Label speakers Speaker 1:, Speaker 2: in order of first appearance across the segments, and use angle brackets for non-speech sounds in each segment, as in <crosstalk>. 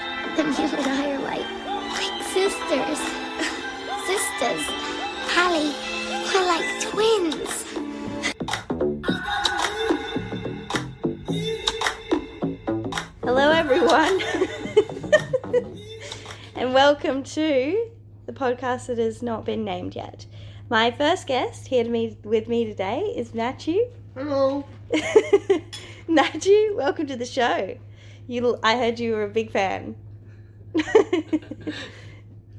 Speaker 1: you and I are like, like sisters. <laughs> Sisters. Hallie, we're like twins.
Speaker 2: Hello, everyone, <laughs> and welcome to the podcast that has not been named yet. My first guest here to me, with me today is <laughs> Nachu.
Speaker 3: Hello.
Speaker 2: Nachu, welcome to the show. You, I heard you were a big fan. <laughs> <laughs>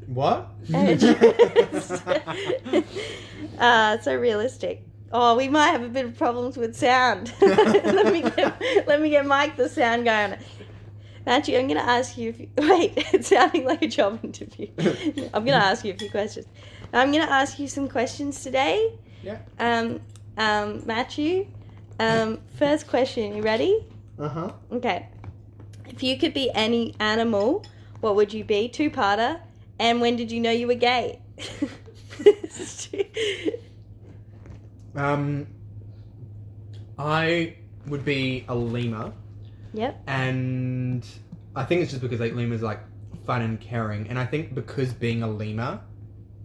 Speaker 3: What?
Speaker 2: uh, so realistic. Oh, we might have a bit of problems with sound. <laughs> let me get, let me get Mike, the sound guy, on it. Matthew, I'm going to ask you. <laughs> If you, wait, it's sounding like a job interview. I'm going to ask you a few questions. I'm going to ask you some questions today.
Speaker 3: Yeah.
Speaker 2: Um, um, Matthew, um, first question. You ready?
Speaker 3: Uh huh.
Speaker 2: Okay. If you could be any animal, what would you be? Two parter. And when did you know you were gay? <laughs>
Speaker 3: Um, I would be a lemur,
Speaker 2: yep.
Speaker 3: and I think it's just because like lemurs are, like fun and caring, and I think because being a lemur,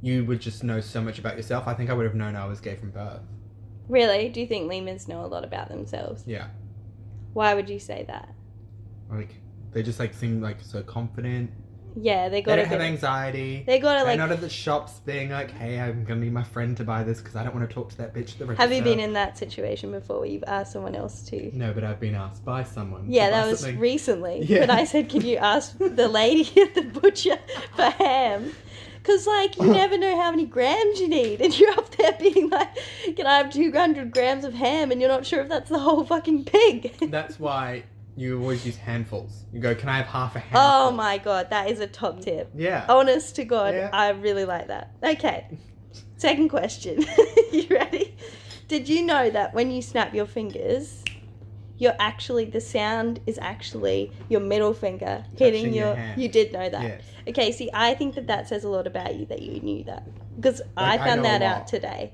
Speaker 3: you would just know so much about yourself. I think I would have known I was gay from birth.
Speaker 2: Really? Do you think lemurs know a lot about themselves?
Speaker 3: Yeah.
Speaker 2: Why would you say that?
Speaker 3: Like they just like seem like so confident.
Speaker 2: Yeah, they
Speaker 3: They
Speaker 2: got
Speaker 3: don't
Speaker 2: a
Speaker 3: have
Speaker 2: bit. of-
Speaker 3: anxiety.
Speaker 2: They got to
Speaker 3: They're
Speaker 2: like.
Speaker 3: not at the shops being like, "Hey, I'm gonna need my friend to buy this because I don't want to talk to that bitch." At the
Speaker 2: Have you
Speaker 3: register."
Speaker 2: been in that situation before? Where you've asked someone else to.
Speaker 3: No, but I've been asked by someone. to
Speaker 2: Yeah,
Speaker 3: buy
Speaker 2: that was
Speaker 3: something.
Speaker 2: recently.
Speaker 3: Yeah.
Speaker 2: But I said, can you ask the lady <laughs> at the butcher for ham? Because, like, you never know how many grams you need. And you're up there <laughs> being like, can I have 200 grams of ham? And you're not sure if that's the whole fucking pig.
Speaker 3: <laughs> That's why you always use handfuls. You go, can I have half a handful?
Speaker 2: oh my Oh, god, that is a top tip.
Speaker 3: Yeah.
Speaker 2: Honest to God,
Speaker 3: Yeah.
Speaker 2: I really like that.
Speaker 3: <laughs>
Speaker 2: Okay. Second question. <laughs> you ready? Did you know that when you snap your fingers, you're actually the sound is actually your middle finger hitting
Speaker 3: Touching your
Speaker 2: your.
Speaker 3: hand.
Speaker 2: you did know that.
Speaker 3: Yes.
Speaker 2: Okay. See, I think that that says a lot about you that you knew that because
Speaker 3: Like,
Speaker 2: I
Speaker 3: I
Speaker 2: found
Speaker 3: know a
Speaker 2: that out
Speaker 3: lot.
Speaker 2: today.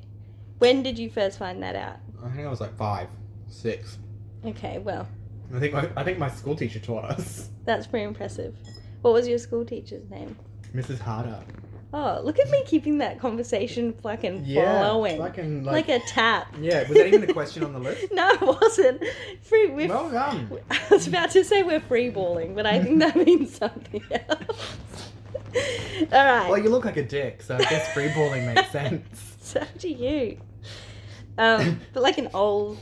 Speaker 2: When did you first find that out?
Speaker 3: I think I was like five, six.
Speaker 2: Okay. Well,
Speaker 3: I think my, I think my school teacher taught us. <laughs>
Speaker 2: that's pretty impressive. What was your school teacher's name?
Speaker 3: Mrs. Harder.
Speaker 2: Oh, look at me keeping that conversation fucking flowing.
Speaker 3: Fucking
Speaker 2: like, a
Speaker 3: like.
Speaker 2: tap.
Speaker 3: yeah. Was that even a question on the
Speaker 2: <laughs>
Speaker 3: list?
Speaker 2: no, it wasn't. Free. We're,
Speaker 3: well
Speaker 2: <laughs>
Speaker 3: done.
Speaker 2: I was about to say we're free balling, but I think that <laughs> means something else. <laughs> All right.
Speaker 3: Well, you look like a dick, so I guess freeballing
Speaker 2: <laughs>
Speaker 3: makes sense.
Speaker 2: so do you. Um,
Speaker 3: <coughs>
Speaker 2: but like an old.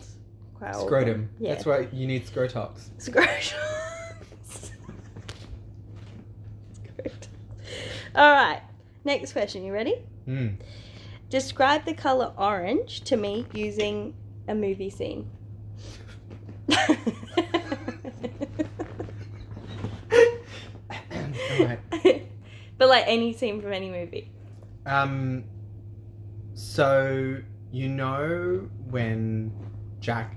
Speaker 2: quite old
Speaker 3: Scrotum.
Speaker 2: Oh, Yeah.
Speaker 3: That's why you need scrotox.
Speaker 2: <laughs> Scrotum. Scrotum. All right. Next question. You ready? <laughs>
Speaker 3: <coughs> Mm.
Speaker 2: Describe the color orange to me using a movie scene. <laughs>
Speaker 3: Alright.
Speaker 2: But like any scene from any movie.
Speaker 3: Um. So you know when Jack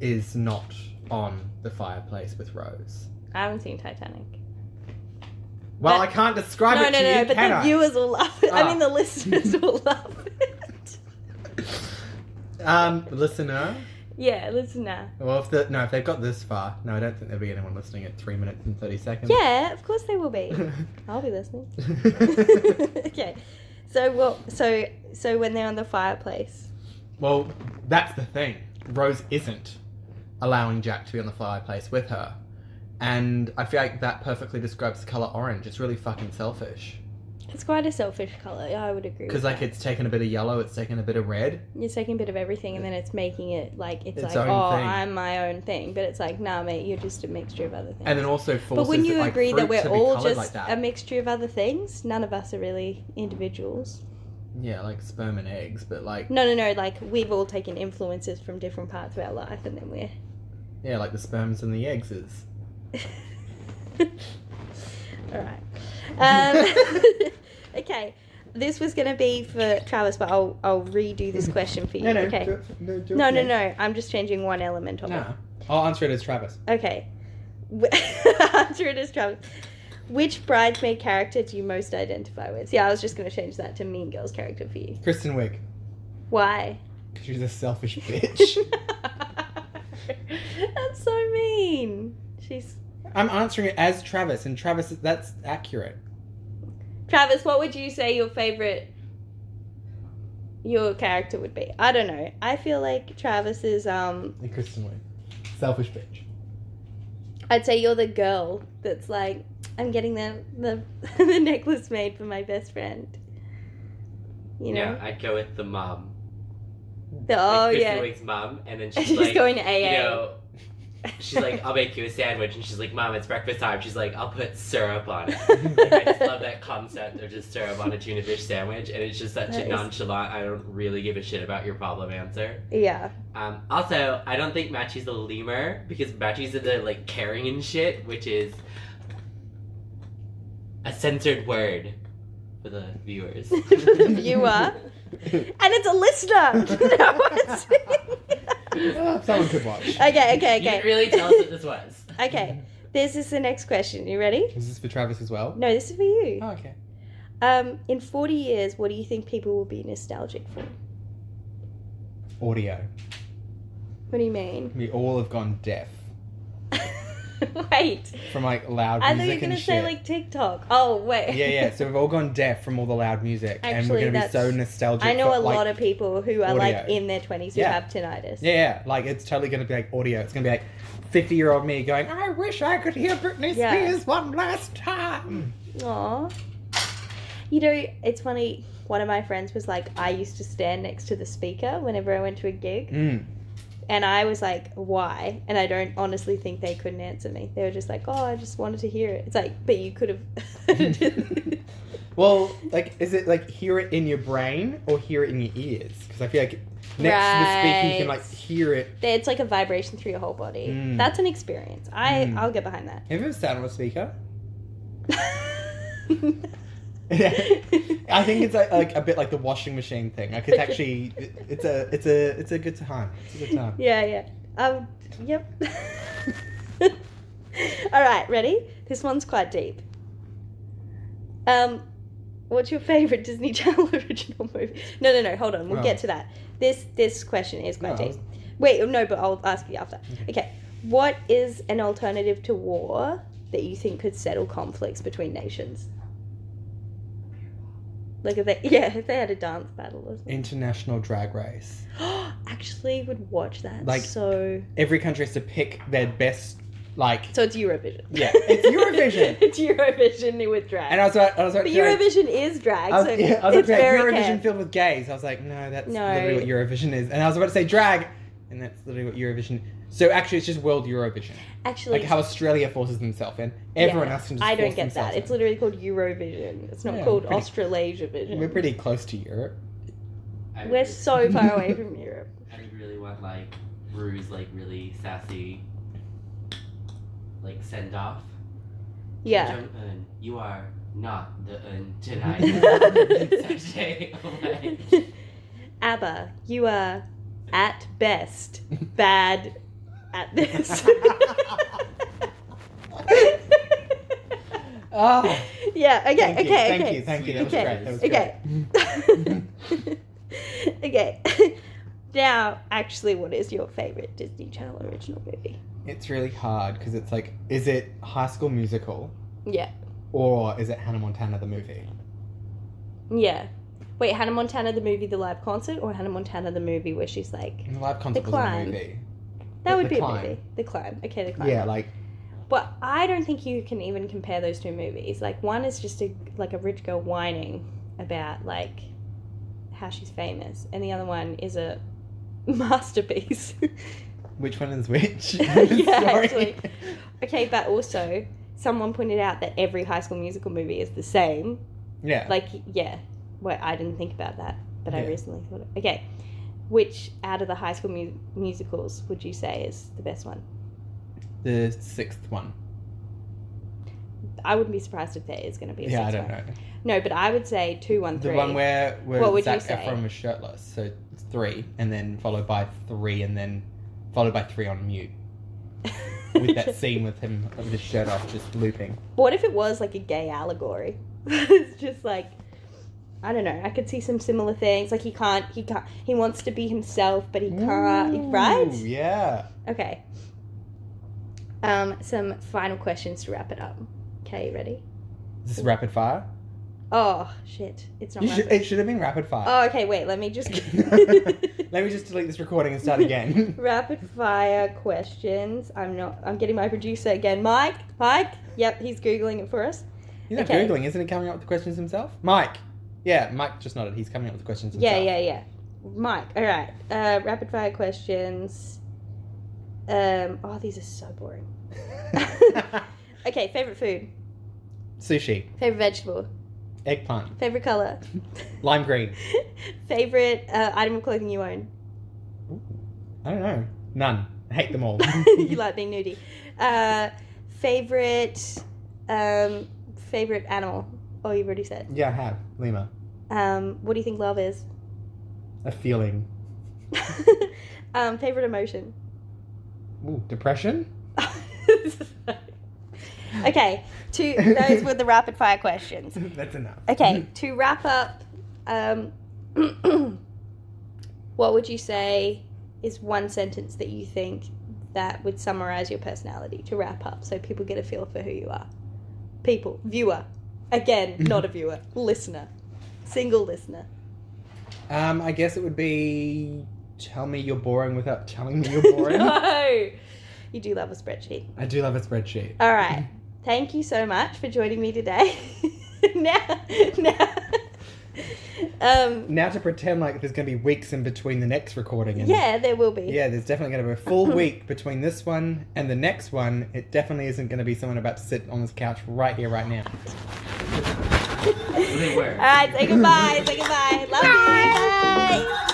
Speaker 3: is not on the fireplace with Rose.
Speaker 2: I haven't seen Titanic.
Speaker 3: Well,
Speaker 2: But-
Speaker 3: I can't describe
Speaker 2: no,
Speaker 3: it
Speaker 2: no,
Speaker 3: to
Speaker 2: no.
Speaker 3: you,
Speaker 2: but
Speaker 3: can
Speaker 2: the
Speaker 3: I?
Speaker 2: viewers will love it. I
Speaker 3: Ah.
Speaker 2: mean, the
Speaker 3: <laughs>
Speaker 2: listeners will love it.
Speaker 3: Um, listener.
Speaker 2: Yeah, listen now.
Speaker 3: Well, if the, no, if they've got this far, no, I don't think there'll be anyone listening at three minutes and thirty seconds.
Speaker 2: Yeah, of course they will
Speaker 3: <laughs>
Speaker 2: be. I'll be listening. <laughs> okay. So what? So so when they're on the fireplace.
Speaker 3: well, that's the thing. Rose isn't allowing Jack to be on the fireplace with her, and I feel like that perfectly describes the color orange. It's really fucking selfish.
Speaker 2: It's quite a selfish color. I would agree.
Speaker 3: Because
Speaker 2: with
Speaker 3: like
Speaker 2: that.
Speaker 3: it's taken a bit of yellow, it's taken a bit of red.
Speaker 2: it's taking a bit of everything, and then it's making it like it's,
Speaker 3: Its
Speaker 2: like,
Speaker 3: own
Speaker 2: oh,
Speaker 3: thing.
Speaker 2: I'm my own thing. But it's like, nah, mate, you're just a mixture of other things.
Speaker 3: And then also forces
Speaker 2: but wouldn't you
Speaker 3: like,
Speaker 2: agree
Speaker 3: fruit
Speaker 2: that we're
Speaker 3: to be
Speaker 2: all
Speaker 3: coloured
Speaker 2: just
Speaker 3: like that.
Speaker 2: a mixture of other things? None of us are really individuals.
Speaker 3: yeah, like sperm and eggs, but like
Speaker 2: No, no, no. Like we've all taken influences from different parts of our life, and then we're
Speaker 3: yeah, like the sperms and the eggs is.
Speaker 2: All right. Um,
Speaker 3: <laughs>
Speaker 2: <laughs> okay. This was going to be for Travis, but I'll, I'll redo
Speaker 3: <laughs>
Speaker 2: this question for you. okay.
Speaker 3: no, do
Speaker 2: no, no, no. I'm just changing one element of
Speaker 3: No, I'll answer it as Travis.
Speaker 2: it. Okay. <laughs> Wh- Answer it as Travis. Which bridesmaid character do you most identify with? Yeah, I was just going to change that to Mean Girls character for you.
Speaker 3: Kristen Wiig,
Speaker 2: Why? <laughs>
Speaker 3: 'cause she's a selfish bitch.
Speaker 2: That's so mean. She's
Speaker 3: I'm answering it as Travis, and Travis, that's accurate.
Speaker 2: Travis, what would you say your favorite your character would be? I don't know. I feel like Travis is um
Speaker 3: And Kristen Wiig, selfish
Speaker 2: <laughs>
Speaker 3: bitch.
Speaker 2: I'd say you're the girl that's like I'm getting the the, <laughs> the necklace made for my best friend. You know?
Speaker 4: Yeah, I'd go with the mum.
Speaker 2: The, oh
Speaker 4: like,
Speaker 2: yeah.
Speaker 4: Kristen Wiig's mum, and then she's,
Speaker 2: <laughs> She's
Speaker 4: like,
Speaker 2: going to
Speaker 4: you
Speaker 2: AA.
Speaker 4: know, she's like, I'll make you a sandwich, and she's like, Mom, it's breakfast time. She's like, I'll put syrup on it. Like, I just love that concept of just syrup on a tuna fish sandwich, and it's just such
Speaker 2: That
Speaker 4: a
Speaker 2: is-
Speaker 4: nonchalant. I don't really give a shit about your problem answer.
Speaker 2: <laughs> yeah.
Speaker 4: Um, also, I don't think Machi's a lemur because Machi's into like caring and shit, which is a censored word for the
Speaker 2: <laughs>
Speaker 4: viewers. <laughs>
Speaker 2: the viewer. And it's a listener. <laughs> No, it's-
Speaker 4: <laughs>
Speaker 3: Ah, Someone could watch.
Speaker 2: okay, okay,
Speaker 4: You didn't
Speaker 2: okay.
Speaker 4: really tell us what this
Speaker 2: <laughs>
Speaker 4: was.
Speaker 2: <laughs> Okay. This is the next question. You ready?
Speaker 3: Is this for Travis as well?
Speaker 2: No, this is for you.
Speaker 3: Oh, okay.
Speaker 2: Um, in 40 years, what do you think people will be nostalgic for?
Speaker 3: Audio.
Speaker 2: What do you mean? <laughs>
Speaker 3: We all have gone deaf
Speaker 2: wait.
Speaker 3: from like loud
Speaker 2: I thought
Speaker 3: music
Speaker 2: you were going
Speaker 3: and
Speaker 2: to say
Speaker 3: shit.
Speaker 2: like TikTok. Oh, wait.
Speaker 3: yeah, yeah. So we've all gone deaf from all the loud music, and
Speaker 2: Actually,
Speaker 3: we're gonna be
Speaker 2: that's-
Speaker 3: so nostalgic.
Speaker 2: <laughs> I know
Speaker 3: for,
Speaker 2: a
Speaker 3: like-
Speaker 2: lot of people who are like
Speaker 3: audio.
Speaker 2: in their 20s who
Speaker 3: Yeah.
Speaker 2: have tinnitus.
Speaker 3: Yeah, yeah. Like it's totally gonna be like audio. It's gonna be like fifty-year-old me going, "I wish I could hear Britney
Speaker 2: Yeah.
Speaker 3: Spears one last time."
Speaker 2: Aw. You know, it's funny. One of my friends was like, I used to stand next to the speaker whenever I went to a gig.
Speaker 3: Mm.
Speaker 2: And I was like, why? And I don't honestly think they couldn't answer me. They were just like, oh, I just wanted to hear it. It's like, but you could have. <laughs>
Speaker 3: Well, like, is it like hear it in your brain or hear it in your ears? Because I feel like next to the speaker, you can
Speaker 2: Right.
Speaker 3: like hear it.
Speaker 2: it's like a vibration through your whole body.
Speaker 3: Mm.
Speaker 2: That's an experience. I
Speaker 3: Mm.
Speaker 2: I'll get behind that.
Speaker 3: Have you ever sat on a speaker? <laughs> I think it's like, like a bit like the washing machine thing.
Speaker 2: <laughs>
Speaker 3: Like it's actually, it's a, it's a, it's a good time. It's a good time.
Speaker 2: yeah, yeah. Um, yep. <laughs> All right, ready? This one's quite deep. Um, what's your favorite Disney <laughs> Channel original movie? No, no, no. Hold on. We'll
Speaker 3: Oh.
Speaker 2: get to that. This this question is
Speaker 3: No,
Speaker 2: quite
Speaker 3: I
Speaker 2: deep. Wait, no, but I'll ask you after. okay. What is an alternative to war that you think could settle conflicts between nations? Like if they, <laughs> yeah, if they had a dance battle or something.
Speaker 3: International drag race.
Speaker 2: actually would watch that.
Speaker 3: Like-
Speaker 2: so
Speaker 3: Every country has to pick their best, like,
Speaker 2: so it's Eurovision.
Speaker 3: Yeah, it's Eurovision.
Speaker 2: <laughs> it's Eurovision with drag.
Speaker 3: and I was like, I was like,
Speaker 2: but Eurovision is drag,
Speaker 3: I was,
Speaker 2: so
Speaker 3: yeah, I was
Speaker 2: it's
Speaker 3: about to say,
Speaker 2: very
Speaker 3: Eurovision
Speaker 2: camp.
Speaker 3: filled with gays. I was like, no, that's
Speaker 2: No.
Speaker 3: literally what Eurovision is. And I was about to say drag, and that's literally what Eurovision. So actually, it's just World Eurovision,
Speaker 2: Actually,
Speaker 3: like how Australia forces themselves in. Everyone
Speaker 2: yeah,
Speaker 3: else can just
Speaker 2: I don't
Speaker 3: force
Speaker 2: get that.
Speaker 3: themselves
Speaker 2: It's literally called Eurovision. It's not
Speaker 3: Yeah,
Speaker 2: called
Speaker 3: pretty-
Speaker 2: Australasia
Speaker 3: in.
Speaker 2: Vision.
Speaker 3: We're pretty close to Europe.
Speaker 4: I
Speaker 2: We're
Speaker 4: would-
Speaker 2: so far away from Europe.
Speaker 4: I really want like Rue's like really sassy like send off.
Speaker 2: Yeah. <laughs>
Speaker 4: Jung Un, you are not the Un tonight. <laughs> Sashay away.
Speaker 2: Abba, you are at best bad at
Speaker 3: <laughs>
Speaker 2: this.
Speaker 3: <laughs>
Speaker 2: <laughs>
Speaker 3: Oh,
Speaker 2: yeah, okay,
Speaker 3: thank
Speaker 2: okay,
Speaker 3: you,
Speaker 2: okay.
Speaker 3: thank you, thank you. That was
Speaker 2: Okay,
Speaker 3: great. That was
Speaker 2: okay.
Speaker 3: great.
Speaker 2: <laughs> okay. <laughs> now, actually, what is your favorite Disney Channel original movie?
Speaker 3: It's really hard because it's like, is it High School Musical
Speaker 2: Yeah.
Speaker 3: or is it Hannah Montana the movie?
Speaker 2: Yeah. Wait, Hannah Montana the movie, the live concert, or Hannah Montana the movie where she's like,
Speaker 3: And the live concert was a
Speaker 2: Climb.
Speaker 3: movie.
Speaker 2: that
Speaker 3: The-
Speaker 2: would
Speaker 3: The
Speaker 2: be
Speaker 3: Climb.
Speaker 2: a movie. The Climb. Okay, The Climb.
Speaker 3: Yeah, like
Speaker 2: But I don't think you can even compare those two movies. Like one is just a like a rich girl whining about like how she's famous, and the other one is a <laughs> masterpiece. <laughs>
Speaker 3: which one is which? <laughs>
Speaker 2: Yeah,
Speaker 3: Sorry.
Speaker 2: actually. okay, but also someone pointed out that every High School Musical movie is the same.
Speaker 3: <laughs> Yeah.
Speaker 2: Like yeah, well I didn't think about that, but I
Speaker 3: Yeah.
Speaker 2: recently thought. Of. Okay, which out of the High School mu- musicals would you say is the best one?
Speaker 3: The sixth one.
Speaker 2: I wouldn't be surprised if there is going to be a
Speaker 3: yeah, I
Speaker 2: sixth
Speaker 3: don't
Speaker 2: one.
Speaker 3: know.
Speaker 2: No, but I would say two, one,
Speaker 3: The
Speaker 2: three. <laughs>
Speaker 3: one where where
Speaker 2: What would you
Speaker 3: Zac
Speaker 2: say?
Speaker 3: Efron was shirtless. So it's three, and then followed by three, and then followed by three on mute
Speaker 2: <laughs>
Speaker 3: with that scene with him with his shirt off, just looping.
Speaker 2: what if it was like a gay allegory? <laughs> it's just like I don't know. I could see some similar things. Like he can't, he can't, he wants
Speaker 3: Mm.
Speaker 2: to be himself, but he can't.
Speaker 3: Ooh,
Speaker 2: Right?
Speaker 3: Yeah.
Speaker 2: Okay. um, some final questions to wrap it up. Okay, you ready?
Speaker 3: Is this rapid fire?
Speaker 2: Oh shit, it's not.
Speaker 3: You should,
Speaker 2: rapid.
Speaker 3: it should have been rapid fire.
Speaker 2: Oh, okay. Wait, let me
Speaker 3: <laughs>
Speaker 2: just <laughs>
Speaker 3: Let me just delete this recording and start
Speaker 2: <laughs>
Speaker 3: again. <laughs>
Speaker 2: rapid fire questions. I'm not. I'm getting my producer again, Mike. Mike. Yep, he's googling it for us.
Speaker 3: He's not
Speaker 2: Okay.
Speaker 3: googling, isn't he? Coming up with the questions himself, Mike. Yeah, Mike just nodded. He's coming up with the questions himself.
Speaker 2: Yeah, yeah, yeah. Mike. All right. Uh, rapid fire questions. Um. Oh, these are so boring. yeah. <laughs> Okay. Favorite food.
Speaker 3: <laughs> Sushi,
Speaker 2: Favorite vegetable.
Speaker 3: eggplant,
Speaker 2: Favorite
Speaker 3: <laughs>
Speaker 2: color.
Speaker 3: lime green.
Speaker 2: favorite uh, item of clothing you own.
Speaker 3: Ooh, I don't know. None. I hate them all.
Speaker 2: <laughs>
Speaker 3: <laughs>
Speaker 2: you like being nudie. Uh, favorite. Um. Favorite animal. Oh, you've already said.
Speaker 3: yeah, I have lima.
Speaker 2: Um, what do you think love is? <laughs>
Speaker 3: A feeling.
Speaker 2: um, favorite emotion. <laughs>
Speaker 3: Ooh, depression. <laughs>
Speaker 2: okay, two. Those were the rapid fire questions.
Speaker 3: That's enough.
Speaker 2: Okay,
Speaker 3: Mm-hmm.
Speaker 2: to wrap up, um, <clears throat> what would you say is one sentence that you think that would summarize your personality? To wrap up, so people get a feel for who you are. People, viewer,
Speaker 3: <laughs>
Speaker 2: again, not a viewer, listener, single listener.
Speaker 3: Um, I guess it would be tell me you're boring without telling me you're
Speaker 2: <laughs>
Speaker 3: boring.
Speaker 2: no, you do love a spreadsheet.
Speaker 3: I do love a spreadsheet.
Speaker 2: All right.
Speaker 3: Mm-hmm.
Speaker 2: Thank you so much for joining me today. <laughs> now,
Speaker 3: <laughs>
Speaker 2: now. Um,
Speaker 3: Now to pretend like there's going to be weeks in between the next recording. And
Speaker 2: yeah, there will be.
Speaker 3: Yeah, there's definitely going to be a
Speaker 2: <laughs>
Speaker 3: full week between this one and the next one. It definitely isn't going to be someone about to sit on this couch right here, right now.
Speaker 4: They
Speaker 2: All
Speaker 4: were.
Speaker 2: right, say goodbye. Say goodbye. Love you. Bye.